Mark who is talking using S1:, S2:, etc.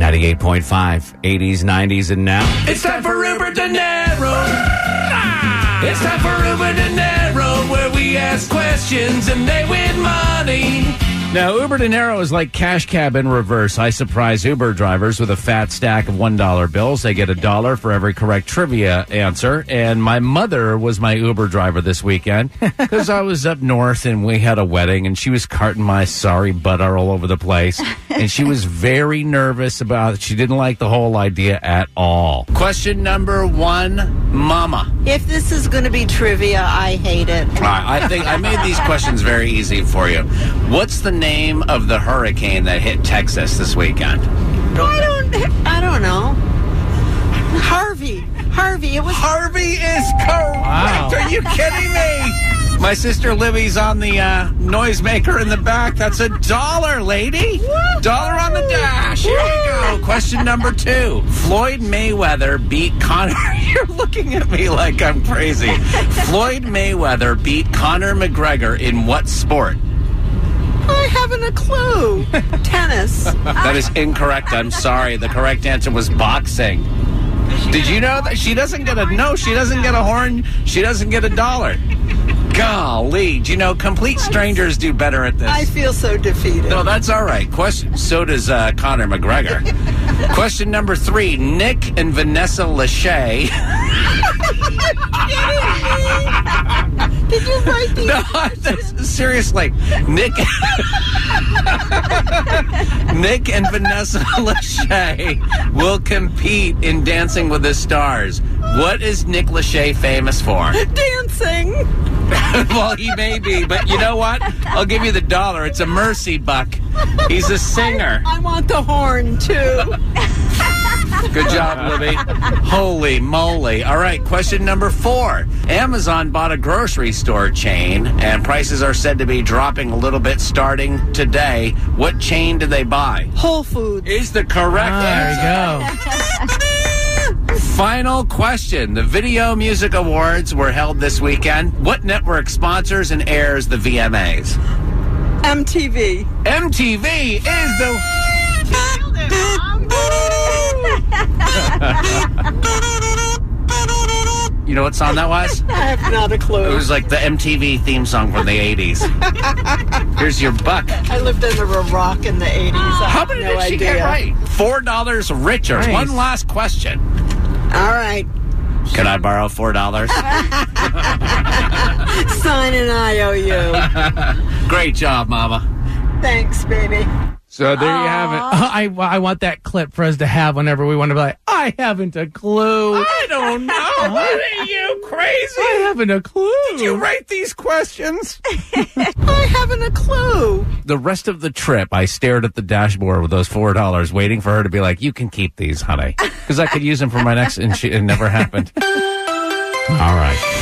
S1: 98.5, 80s, 90s, and now.
S2: It's time for Uber De Niro. Ah! It's time for Uber De Niro, where we ask questions and they win money.
S1: Now, Uber Dinero is like Cash Cab in reverse. I surprise Uber drivers with a fat stack of $1 bills. They get a dollar for every correct trivia answer. And my mother was my Uber driver this weekend because I was up north and we had a wedding and she was carting my sorry butt all over the place. And she was very nervous about it. She didn't like the whole idea at all. Question number one Mama.
S3: If this is going to be trivia, I hate it.
S1: All right, I think I made these questions very easy for you. What's the name of the hurricane that hit Texas this weekend?
S3: I don't. I don't know. Harvey. Harvey. It was.
S2: Harvey is correct.
S1: Wow.
S2: Are you kidding me?
S1: My sister Libby's on the uh, noisemaker in the back. That's a dollar, lady. Dollar on the dash. Here we go. Question number two. Floyd Mayweather beat Conor. You're looking at me like I'm crazy. Floyd Mayweather beat Conor McGregor in what sport?
S3: I haven't a clue. Tennis.
S1: That is incorrect. I'm sorry. The correct answer was boxing. Did you know that she doesn't get a no? She doesn't get a horn. She doesn't get a dollar. Golly, do you know complete strangers do better at
S3: I
S1: this?
S3: feel so defeated.
S1: No, that's all right. Question. So does uh, Conor McGregor. Question number three: Nick and Vanessa Lachey.
S3: Did you write the?
S1: No, that's- seriously, Nick. Nick and Vanessa Lachey will compete in Dancing with the Stars. What is Nick Lachey famous for?
S3: Dancing.
S1: well, he may be, but you know what? I'll give you the dollar. It's a mercy buck. He's a singer.
S3: I want the horn too.
S1: Good job, Libby. Holy moly. All right, question number four. Amazon bought a grocery store chain, and prices are said to be dropping a little bit starting today. What chain did they buy?
S3: Whole Foods.
S1: Is the correct answer.
S4: Ah, There
S1: Final question. The Video Music Awards were held this weekend. What network sponsors and airs the VMAs?
S3: MTV.
S1: MTV is the. You know what song that was?
S3: I have not a
S1: It
S3: clue.
S1: was like the MTV theme song from the 80s. Here's your buck.
S3: I lived under a rock in the eighties.
S1: How many
S3: no
S1: did she
S3: idea.
S1: get right? Four dollars richer.
S4: Nice.
S1: One last question.
S3: All right.
S1: Can I borrow four dollars?
S3: Sign an IOU.
S1: Great job, Mama.
S3: Thanks, baby.
S2: So there
S4: you have it. I, I want that clip for us to have whenever we want to be like, I haven't a clue.
S1: I don't know. What are you
S4: I
S1: crazy?
S4: haven't a clue.
S1: write these questions?
S3: I haven't a clue.
S1: The rest of the trip, I stared at the dashboard with those four dollars, waiting for her to be like, "You can keep these, honey," because I could use them for my next. And she, it never happened. All right.